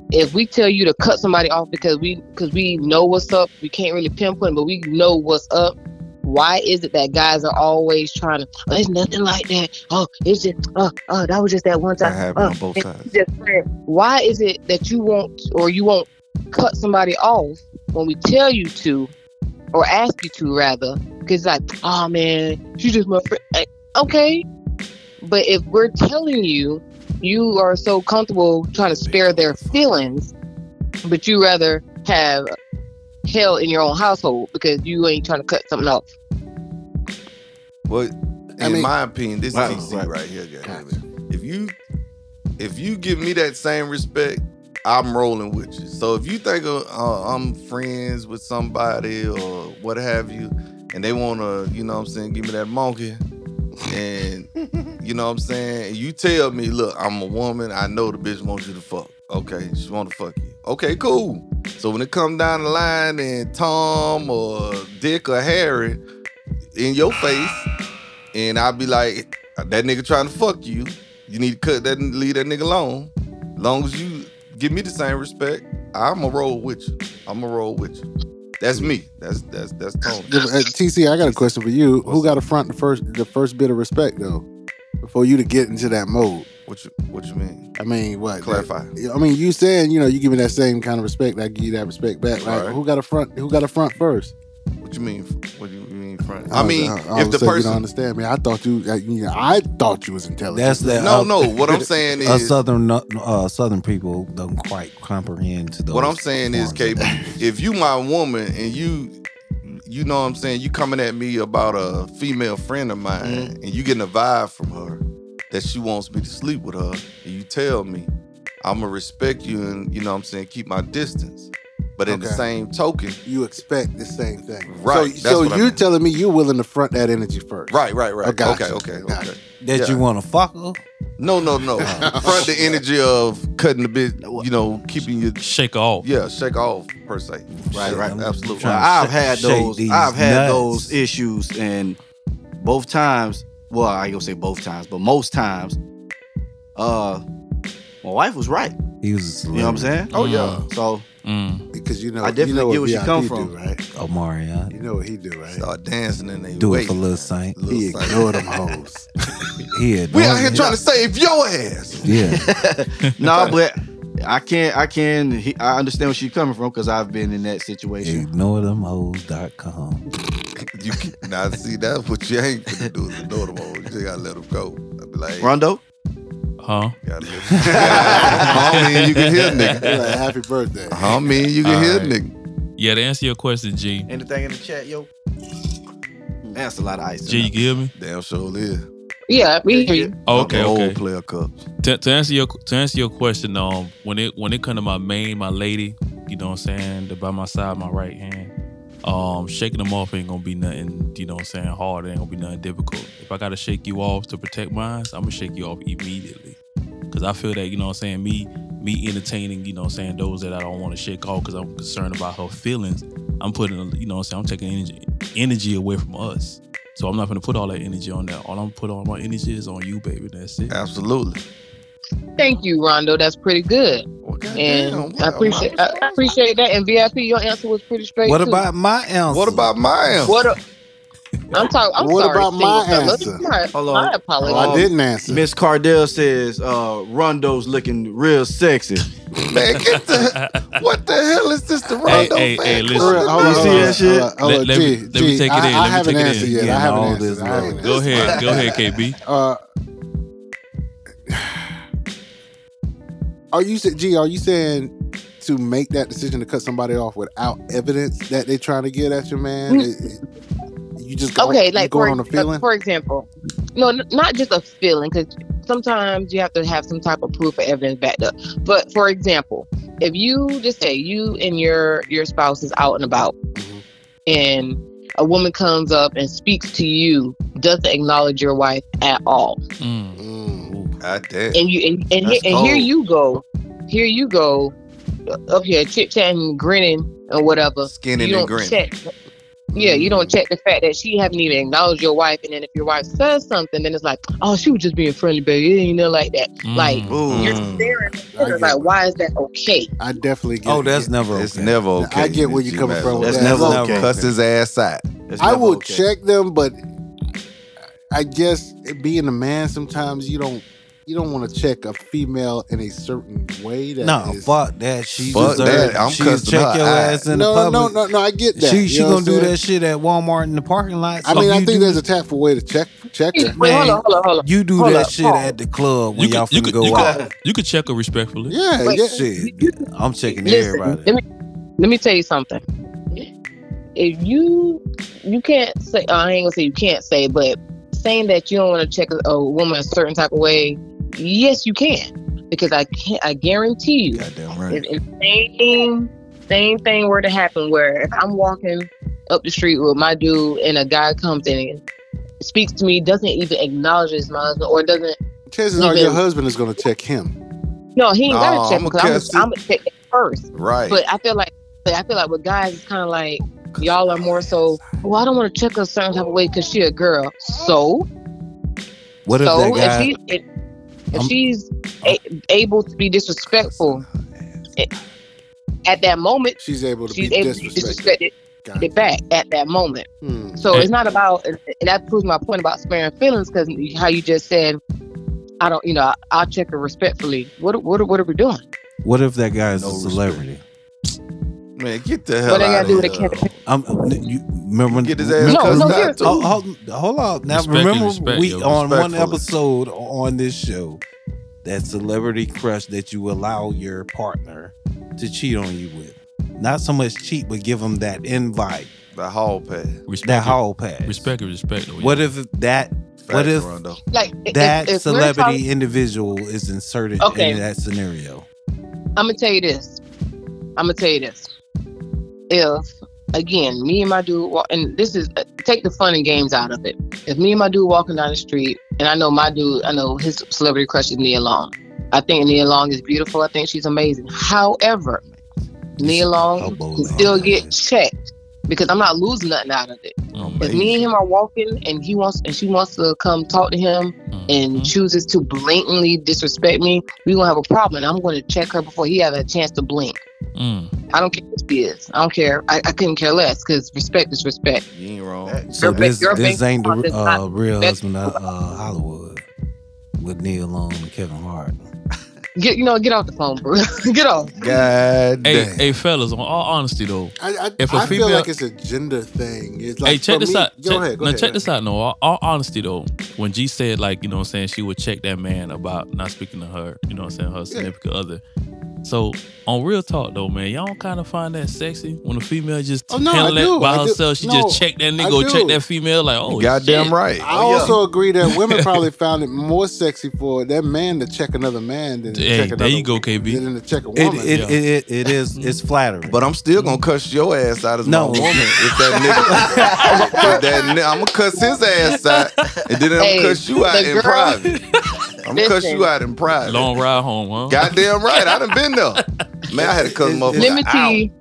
If we tell you to cut somebody off because we because we know what's up, we can't really pinpoint, but we know what's up. Why is it that guys are always trying to? Oh, it's nothing like that. Oh, it's just oh, oh, that was just that one time.
That happened
Oh,
on both
it's
sides.
just friend. Why is it that you won't or you won't cut somebody off when we tell you to, or ask you to rather? Because like, oh man, she's just my friend. Like, Okay, but if we're telling you, you are so comfortable trying to spare their feelings, but you rather have hell in your own household because you ain't trying to cut something off.
Well,
I
in
mean-
my opinion, this
Wow,
TC
right.
right, here, goddamn it. If you if you give me that same respect, I'm rolling with you. So if you think uh, uh, I'm friends with somebody or what have you, and they want to, you know what I'm saying, give me that monkey, and you know what I'm saying, you tell me, look, I'm a woman. I know the bitch wants you to fuck. Okay, she want to fuck you. Okay, cool. So when it come down the line and Tom or Dick or Harry in your face, and I'll be like, that nigga trying to fuck you. You need to cut that and leave that nigga alone. Long as you give me the same respect, I'ma roll with you. I'ma roll with you. That's me. That's that's that's Tony.
Give- uh, TC, I got a question for you. Who got to front the first the first bit of respect though, before you to get into that mode?
What you what you mean?
I mean, what?
Clarify.
I mean, you saying you know you give me that same kind of respect, I give you that respect back. Like,
Right.
who got a front? Who got a front first?
What you mean? What do you mean front? I mean,
was-
if
was
the
saying you
person
don't understand me, I thought you, I, you know, I thought you was intelligent.
That's that.
No,
uh,
no, what I'm saying
uh,
is-
southern uh, southern people don't quite comprehend to those.
What I'm saying is,
forms of
KB, if you my woman and you, you know what I'm saying, you coming at me about a female friend of mine and you getting a vibe from her that she wants me to sleep with her, and you tell me, I'ma respect you and you know what I'm saying, keep my distance. But in the
Okay.
same token,
you expect the same thing,
Right, that's
So, so
what I
you're
mean.
telling me you're willing to front that energy first,
right, right, right.
I got
okay,
you.
okay,
Got
okay.
that
Yeah.
you want to fuck her.
No, no, no. Front the energy of cutting the bit, you know, keeping your
Shake off.
yeah, shake off per se.
Right,
Shit,
right.
I'm
Absolutely.
trying to
Well, I've
sh-
had
shake
those.
these
I've had
nuts.
those issues, and both times. Well, I ain't gonna say both times, but most times, uh, my wife was right.
He was a
You know what I'm saying?
Oh yeah.
Uh-huh.
So
Mm.
Because you know,
I definitely
you know
get where she
VIP
come
do,
from.
right?
Omari, huh?
You know what he do, right?
Start dancing in they
Do
wake.
it for Lil Saint.
Little
He
Saint.
ignore them hoes.
He
We
annoyed
out here
me.
trying to save your ass.
Yeah,
no, but I can't. I can. He, I understand where she's coming from because I've been in that situation.
ignoredemhoes.com.
You can, now see that's what you ain't gonna do is ignore them all. You just gotta let them go. I be like,
Rondo,
Huh?
gotta let 'em go. I mean you can hear
They're
nigga.
like, happy birthday.
I mean you can hear nigga.
Yeah, to answer your question, G.
anything in the chat, yo? That's a lot of ice. in
G, you
there.
give me?
Damn sure is.
Yeah, we hear you.
Oh, okay,
Old
okay.
player cups.
to, to answer your to answer your question, um, when it when it come to my main, my lady, you know what I'm saying, the by my side, my right hand, um, shaking them off ain't gonna be nothing, you know what I'm saying, hard, ain't gonna be nothing difficult. If I gotta shake you off to protect mine, I'm gonna shake you off immediately. Cause I feel that, you know what I'm saying, me me entertaining, you know what I'm saying, those that I don't want to shake off because I'm concerned about her feelings. I'm putting, a- you know what I'm saying, I'm taking energy energy away from us. So I'm not gonna put all that energy on that. All I'm put all my energy is on you, baby. That's it.
Absolutely.
Thank you, Rondo. That's pretty good,
Well, goddamn,
and
what
I
am
appreciate uh, I, I appreciate that. And VIP, your answer was pretty straight.
What
too.
about my answer?
What about mine?
what? A, I'm talking. I'm
What
sorry,
about my
single
answer?
fellas. My,
Hold on.
my apologies.
Oh, I didn't answer.
Um, Miss Cardell says uh, Rondo's looking real sexy.
man? Get the what the hell is this? The Rondo
hey,
fan
hey,
club?
For real, hold
You
on,
see
hold on,
that shit?
hold on, hold
Let-
on.
let me-
G,
let me
G,
take it
I,
in,
I
let me
haven't
take it in.
answered yet.
Getting
I haven't
all
answered.
this
I haven't
love.
Go
answered.
ahead, go ahead, KB.
Uh, are you sa- G? Are you saying to make that decision to cut somebody off without evidence that they're trying to get at your man?
Mm.
It- it- you just go,
okay,
you
like
going
for,
on a
ex-
feeling.
uh, for example, no, n- not just a feeling, because sometimes you have to have some type of proof or evidence backed up. But for example, if you just say you and your your spouse is out and about and a woman comes up and speaks to you doesn't acknowledge your wife at all
I did.
and you and, and, here,
That's
and here
cold.
you go here you go up here chit chatting grinning and whatever
Skinning
you
and
don't
grinning.
check- yeah you don't check the fact that she haven't even acknowledged your wife and then if your wife says something then it's like oh she was just being friendly baby it ain't nothing like that like
Mm.
mm.
Ooh.
you're staring at her like why is that okay
I definitely get.
Oh, that's never.
It's
okay.
never okay.
I get where you're coming from with
That's
that.
never
Look,
okay.
Cuss his ass out.
That's
I
never
will
okay.
check them, but I guess it being a man, sometimes you don't you don't want to check a female in a certain way. That
No,
is-
fuck that. She
Fuck
deserves.
that. I'm
she
cussing
check
her
your
out.
ass in the
no,
public.
no, no, no. I get that.
She
You
she
know what
gonna
I'm
do
saying?
that shit at Walmart in the parking lot.
I
so
mean, I
you
think
do-
there's a tactful way to check check
wait
that.
hold on
Man.
hold on hold on
you do
Hold
that
up,
shit
pause.
at the club when
You
y'all
could, you,
finna
could,
go
you,
out.
could, you could check her respectfully.
Yeah,
Wait.
yeah.
Shit, I'm checking
Listen,
everybody.
let me let me tell you something. If you you can't say oh, I ain't gonna say you can't say, but saying that you don't want to check a, a woman a certain type of way, yes you can, because I can I guarantee you,
Goddamn
if,
right.
if same thing same thing were to happen, where if I'm walking up the street with my dude and a guy comes in and speaks to me, doesn't even acknowledge it's my husband, or doesn't
Chances are
Even-
your husband is gonna check him.
no he ain't
No,
gotta check
I'ma
because
cuss it.
I'm, I'm gonna check it first.
Right.
But I feel like, but I feel like with guys, it's kind of like y'all are more so. Well, I don't want to check her a certain type of way because she a girl. So,
What if
so
that
if,
guy?
she if, if
I'm-
she's a- able to be disrespectful eh, at that moment,
She's able to
she's
be
able to be
disrespected.
disrespected
Got it.
it back at that moment.
Hmm.
So
Hey.
it's not about. And that proves my point about sparing feelings because how you just said. I don't, you know, I- I'll check her respectfully. What, what, what are we doing?
What if that guy is
No
a
respect.
celebrity?
Man, get the hell
What I
out
gotta
of
do
here.
with a campaign?
I'm. You remember?
Get his ass
No,
cussed
no,
out
seriously.
too.
Oh, hold, hold on. Now
Respect and
remember,
respect,
we
yo.
on one
Respectfully.
episode on this show that celebrity crush that you allow your partner to cheat on you with. Not so much cheat, but give them that invite,
The hall pass.
Respect
that
it.
hall pass.
Respect it, respect it. yo.
What if that What
Facts,
if-
Rondo.
Like if-
that
if, if we're
celebrity
talking-
individual is inserted
Okay.
in that scenario?
I'm gonna tell you this. I'm gonna tell you this. If again, me and my dude, walk, and this is uh, take the fun and games out of it. If me and my dude walking down the street, and I know my dude, I know his celebrity crush is Nia Long. I think Nia Long is beautiful. I think she's amazing. However, Nia
How
Long
bold
can
that
still
is.
get checked because I'm not losing nothing out of it.
Oh
If me and him are walking, and he wants and she wants to come talk to him, and
Mhm.
chooses to blatantly disrespect me, we gonna have a problem. And I'm gonna check her before he have a chance to blink.
Mm.
I don't care what she is. I don't care. I, I couldn't care less because respect is respect.
You ain't wrong.
So
Your ba-
this
your
this
bank
ain't the
account does
uh, real
that's-
husband of uh, Hollywood with Neil Long and Kevin Hart.
Get you know, get off the phone, bro. get off.
God
Hey,
damn.
hey, fellas. On all honesty, though,
I, I,
If a
I feel
female-
like it's a gender thing. It's like
hey, check
for
this
me-
out.
Go
check,
ahead. Go
no,
ahead.
check this out. No, all, all honesty though, when G said like, you know, what I'm saying she would check that man about not speaking to her, you know, what I'm saying her significant other. So on real talk though, man, y'all don't kind of find that sexy when a female just
Oh, no, I
handle
do.
that by
I do.
herself. She
No,
just check that
I
nigga, go
do.
check that female. Like, oh,
You goddamn
shit.
right.
I also agree that women probably found it more sexy for that man to check another man than to
Hey,
check
there
another
you go, KB.
than to check a
It
woman.
it,
yeah. Mm-hmm.
it, it it is it's flattering.
But I'm still gonna cuss your ass out as
No.
my woman if that nigga. if that ni- I'm gonna cuss his ass out, and then I'm
Hey,
gonna cuss you out
the
in
girl-
private. I'm gonna cuss
Listen.
you out in private.
Long ride home, huh?
Goddamn right, I done been there. Man, I had to cuss
It's-
motherfucker out.
Glimity.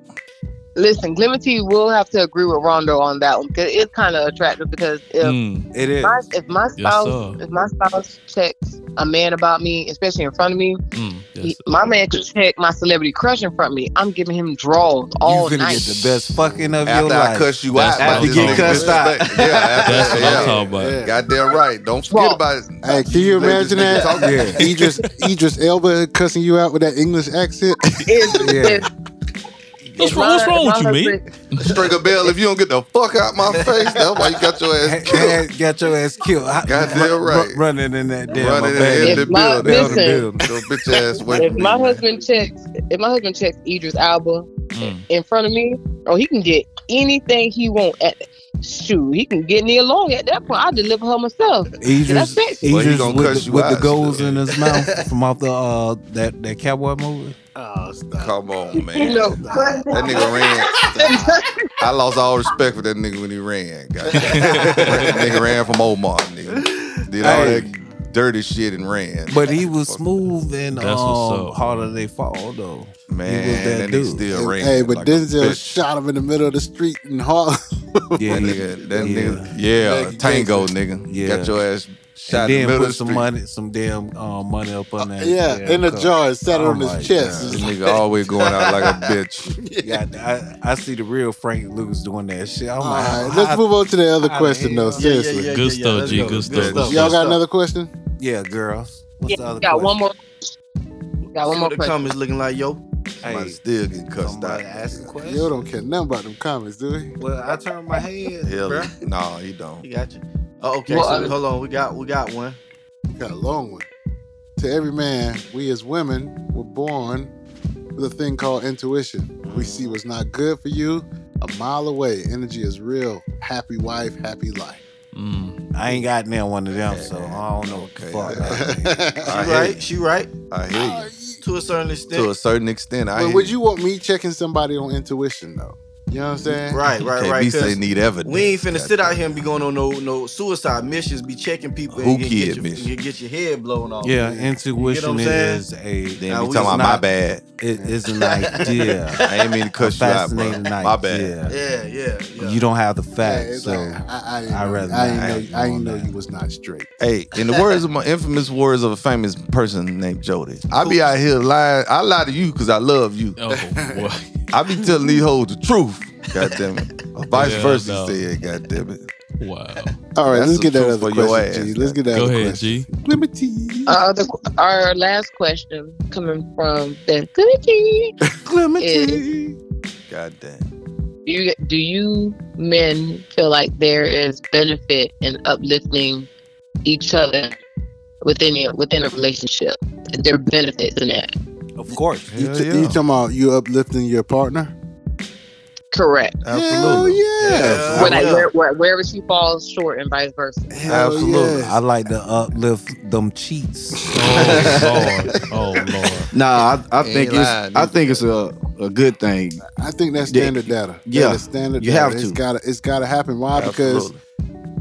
Listen, Glimity will have to agree with Rondo on that one because it's kind of attractive. Because if
Mm,
it is.
my if my
Yes,
spouse
sir.
if my spouse checks a man about me, especially in front of me,
mm, yes.
He, my man could check my celebrity crush in front of me. I'm giving him draws
you
all
finna
night.
get the best fucking of your
After I
life.
cuss you
That's
out, about
what I'm
this
talking
nigga
about.
disrespect. Yeah, after
That's
that,
what
yeah.
I'm talking about.
Yeah.
Goddamn right. Don't forget
Well,
about it.
Hey, can you
Let
imagine
this nigga
that?
talk.
Yeah. Idris Idris Elba cussing you out with that English accent.
It's- it's-
What's,
it's
wrong, what's
my-
wrong
my
with you, me?
husband-
Strike a bell if you don't get the fuck out my face. That's why you got your ass killed.
Hey, got your ass killed. I-
Goddamn
run-
right.
run- running in that damn
Running in
abandoned-
the, in the
If my-
building.
abandoned
listen.
building.
Your bitch ass away
If
from
my
me. man.
husband checks, if my husband checks Idris Alba
Mm.
in front of me, oh, he can get anything he want. At shoot, he can get me along at that point. I'll deliver her myself.
Idris,
That's it.
Idris
Well, he gonna
with,
cuss
the,
you
with the
out,
goals
still.
in his mouth from off the uh, that that cowboy movie.
Oh, stop.
Come on, man.
No.
That nigga ran. I lost all respect for that nigga when he ran. goddamn. that nigga ran from Omar, nigga. Did all
Hey.
that dirty shit and ran.
But he was
Fuck,
smooth and
That's what's
um,
up.
harder they fall though. He was
Man,
that
and he
dude.
still ran.
Hey, but
like a
Denzel
bitch.
shot him in the middle of the street and Harlem.
Yeah,
That nigga, that
yeah.
nigga, yeah,
Like
tango, nigga.
Yeah.
Got your ass shot
And
in the
then
middle of
put
the
some
street.
money, some damn um, money up on that.
yeah, in the
cup.
jar, and sat it
Oh
on
my
his chest.
God.
This nigga always going out like a bitch.
Yeah, I, I see the real Frank Lucas doing that shit.
Oh
I'm
All
like,
right,
how-
let's move on to the other
how
question
the
though.
hell-
Seriously,
Good stuff, G, good stuff.
y'all got another question?
yeah, girls. What's
Yeah,
the other
got one
question?
more. Got one more
the
question.
comments looking like yo.
Somebody
Hey,
still getting cussed out.
somebody ask a question.
Yo don't care nothing about them comments, do we?
Well, I turned my head.
Hell,
bruh.
no, he don't.
He got you. Oh, okay.
Well,
so
I-
hold on. We got we got one.
Got a long one. To every man, we as women were born with a thing called intuition. We see what's not good for you a mile away. Energy is real. Happy wife, happy life.
Mm.
I ain't got near one of them, so I don't know.
Okay.
What the fuck. that means.
She
I hear
right.
you.
She right.
I hear you.
To a certain extent.
To a certain extent, I
But
hear
would you want me checking somebody on intuition though? You know what I'm saying?
right. Right.
Can't
Right.
be
'cause
say need evidence.
we ain't finna sit
Goddamn.
out here and be going on no no suicide missions. Be checking people
Who
and get,
kid
get,
mission?
your, you get your head blown off.
Yeah,
You
intuition
get what I'm
is a
Then
Nah,
you talking
we just
about my
not-
bad.
it is an idea.
I ain't mean to
a
cuss you out, bro.
fascinating idea.
My bad.
Yeah. Yeah. Yeah.
You don't have the
Yeah,
facts,
it's
so
like, I, I, didn't
I'd
know-
rather
I
not
ain't
act
know, I ain't
on
know
that.
you was not straight.
Hey, in the words of my infamous words of a famous person named Jody, I be out here lying. I lie to you because I love you.
Oh boy.
I be telling these hoes the truth. God damn it. Or vice
Yeah,
versa,
no.
he said. God damn it.
Wow.
All right,
That's
let's
the
get that
truth
other
for your
question.
ass,
G. Let's get that
Go
other
ahead,
question.
G.
Clementi.
Our, other, qu- our last question coming from the committee
Clementi.
God damn.
do you do you men feel like there is benefit in uplifting each other within your within a relationship? There are benefits in that.
of course.
You,
Hell
t-
yeah.
you talking about you uplifting your partner?
Correct.
Hell
Absolutely.
yeah.
Yeah.
Where, like,
yeah.
where, where, wherever she falls short and vice versa.
Hell
Absolutely.
yes.
I like to uplift them cheats.
Oh lord. Oh lord.
Nah, I, I
He
think
ain't
it's
lying,
I
dude.
think it's a, a good thing.
I think that's standard data. That
Yeah.
is standard
You
data.
have
It's
to.
gotta it's gotta happen. Why?
Absolutely.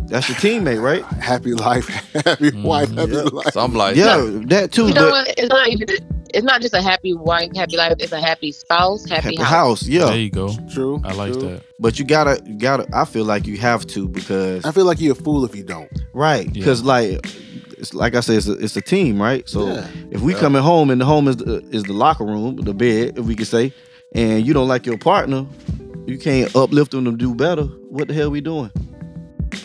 That's your teammate, right?
Because happy life, happy
Mm-hmm.
wife, happy
Yeah.
life.
So I'm
Uh,
like,
yeah, that too.
You know
But
what? It's not even. It's not just a happy wife, happy life. It's a happy spouse, happy,
happy
house.
house, yeah.
There you go.
True.
I like
true.
that.
But you gotta, you gotta. I feel like you have to because
I feel like you're a fool if you don't.
right,
Yeah.
because like, it's like I said, it's a, it's a team, right? So
Yeah.
if we
Yeah.
coming home and the home is the, is the locker room, the bed, if we could say, and you don't like your partner, you can't uplift them to do better. What the hell we doing?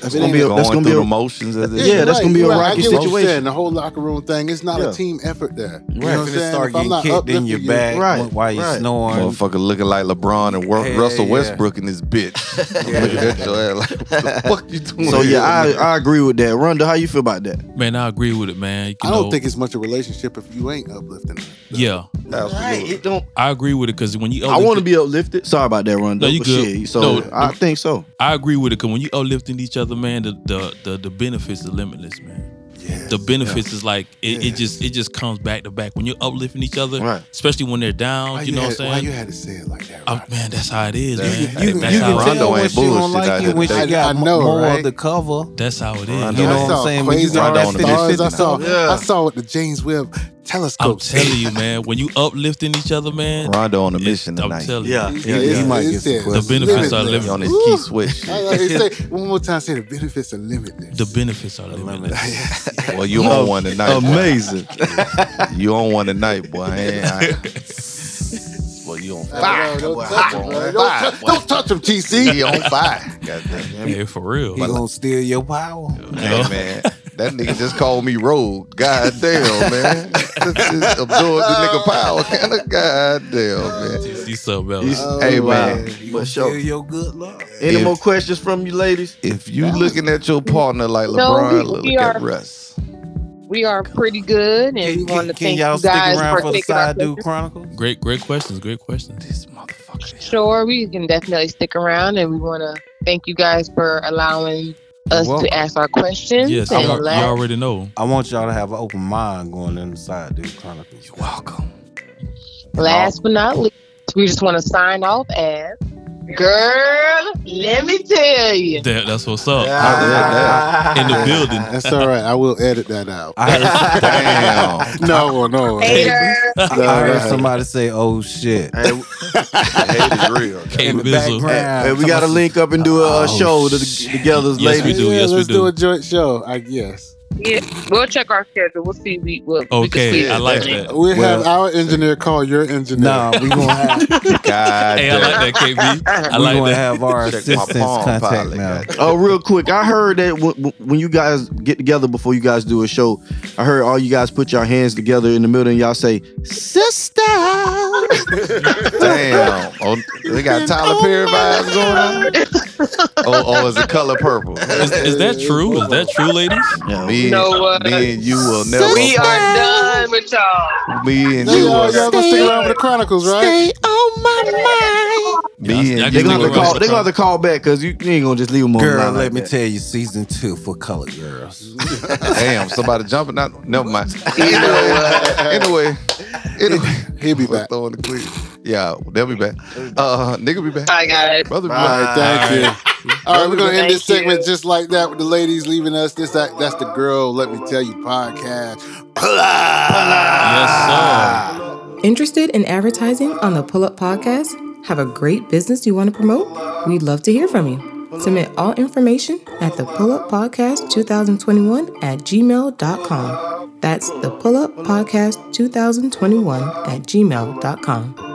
That's
gonna be a-
going
that's gonna be
through
a-
the motions as
Yeah,
it
that's gonna be a
I
rocky
get what you're
situation.
saying. The whole locker room thing. It's not
Yeah.
a team effort there. You know
Right,
what I'm
finna
saying?
start
If I'm
getting
not
kicked in
uplifting
your
you-
back
Right,
while you're
right.
snoring.
Motherfucker looking like LeBron and Wor-
Yeah,
Russell
yeah.
Westbrook in this bitch. Looking at your ass like, what the fuck you doing?
So
here,
yeah, I,
nigga?
I agree with that. Ronda, how you feel about that?
Man, I agree with it, man. You
I don't
know,
think it's much a relationship if you ain't uplifting. them.
Yeah,
Absolutely.
Right, it don't.
I agree with it because when you
I
uplift-
want to be uplifted. Sorry about that, Ronda.
No, you
but
good.
Shit, so
No,
I
no.
think so.
I agree with it because when you uplifting each other, man, the the the, the benefits are limitless, man. The benefits is like it, it just it just comes back to back when you're uplifting each other,
Right.
especially when they're down.
Why
you know
had,
what
Why
I'm
you
saying?
had to say it like that?
Oh,
Rodney?
man, that's how it is,
That-
man.
you-
that's
you
how
can
it is.
Rondo tell-
when
ain't
she don't
bullshit out
like you
here
when
today.
she got
I know,
more
right?
of the cover.
That's how it is.
Rondo
You know
I
what I'm
saw
saying? When you
Crazy
got
Rondo
that
on the
50,
stars. I saw.
Yeah.
I saw it. The James Webb
I'm
telescope.
telling you, man. When you uplifting each other, man,
Rondo on a
it's-
mission
I'm
tonight.
telling you,
Yeah, yeah,
He-
yeah.
he might
It
get some
said
pussy.
the benefits are
Limitless.
He on
limitless.
his
Ooh.
key switch.
I like to say one more time. Say the benefits are limitless.
The benefits are limitless.
Limitless.
Well, you on one tonight. boy.
Amazing.
You on one tonight, boy. I ain't, I, well, you on fire.
Fire, don't, touch him, bro. Don't,
Fire,
tou-
boy.
don't touch him, TC.
He on fire. Goddamn.
Yeah, for real.
He gonna steal your power.
Hey, man. That nigga just called me rogue. God damn, man. just absorb the nigga power. God damn, man.
See something
You s-
else.
hey,
wow.
man.
He
But
gonna
sure.
steal your good luck.
Any
If-
more questions from you, ladies?
If you looking at your partner like
No,
LeBron,
we-
look
we
at
are-
Russ.
We are pretty good, and
Can,
we want
can,
to
can
thank
y'all
you
stick
guys
around
for
for the
taking our
side dude
questions.
chronicles?
Great, great questions. Great questions.
This motherfucker.
Sure, we can definitely stick around, and we want to thank you guys for allowing us
welcome.
to ask our questions.
Yes,
and
I'm- y'all
laugh.
already know.
I want y'all to have an open mind going inside the Chronicles. You're
welcome.
Last but not least, we just want to sign off as Girl, let me tell you.
That, that's what's up.
Yeah.
Ah.
In the building.
That's all right. I will edit that out.
Damn.
No, no.
Hater. I,
No,
I heard
no.
somebody say, "Oh shit."
Hey,
In the
Bizzle.
background.
Hey, we got to link up and do a, a
Oh,
show to, together.
Yes, we
ladies.
do. Yes, we
let's
do.
do a joint show. I guess.
Yeah, we'll check our schedule. We'll see. We will.
Okay, I like that.
We have
Well-
our engineer call your engineer.
Nah, we gonna have
God
Hey, I like that, KB. I
we
like
gonna
that.
have our
Check my
assistants
palm
contact
pilot,
now.
Oh, real quick, I heard that w- w- when you guys get together before you guys do a show, I heard all you guys put your hands together in the middle and y'all say, "Sister."
Damn. Oh, they got Tyler Perry vibes going on. Oh, oh, is the color purple?
Is, is that true? Is that true, ladies?
Yeah,
Me,
You
and-
know what?
me and you will never.
We are done with y'all.
Me and
No,
you
y'all, y'all
will.
gonna stick around for the Chronicles, right?
Me
I
and
can
They're
you
do
gonna
it
have
will.
to call.
right.
They're gonna have to call back because you, you ain't gonna just leave them on. the
Girl,
line like
let me
that.
tell you, season two for colored girls.
Damn, somebody jumping out. Never mind. Anyway, anyway, anyway.
He'll be back.
Throwing the quiz. Yeah, they'll be back. Uh, nigga be back.
Bye, guys.
Brother be
All right,
back.
thank you. All right, we're gonna end this
Thank
segment
you.
just like that with the ladies leaving us. This that, that's the girl. Let me tell you, podcast. Pull-up.
Yes, sir.
Interested in advertising on the Pull Up Podcast? Have a great business you want to promote? We'd love to hear from you. Submit all information at the Pull Up Podcast 2021 at gmail.com. That's the Pull Up Podcast 2021 at gmail.com.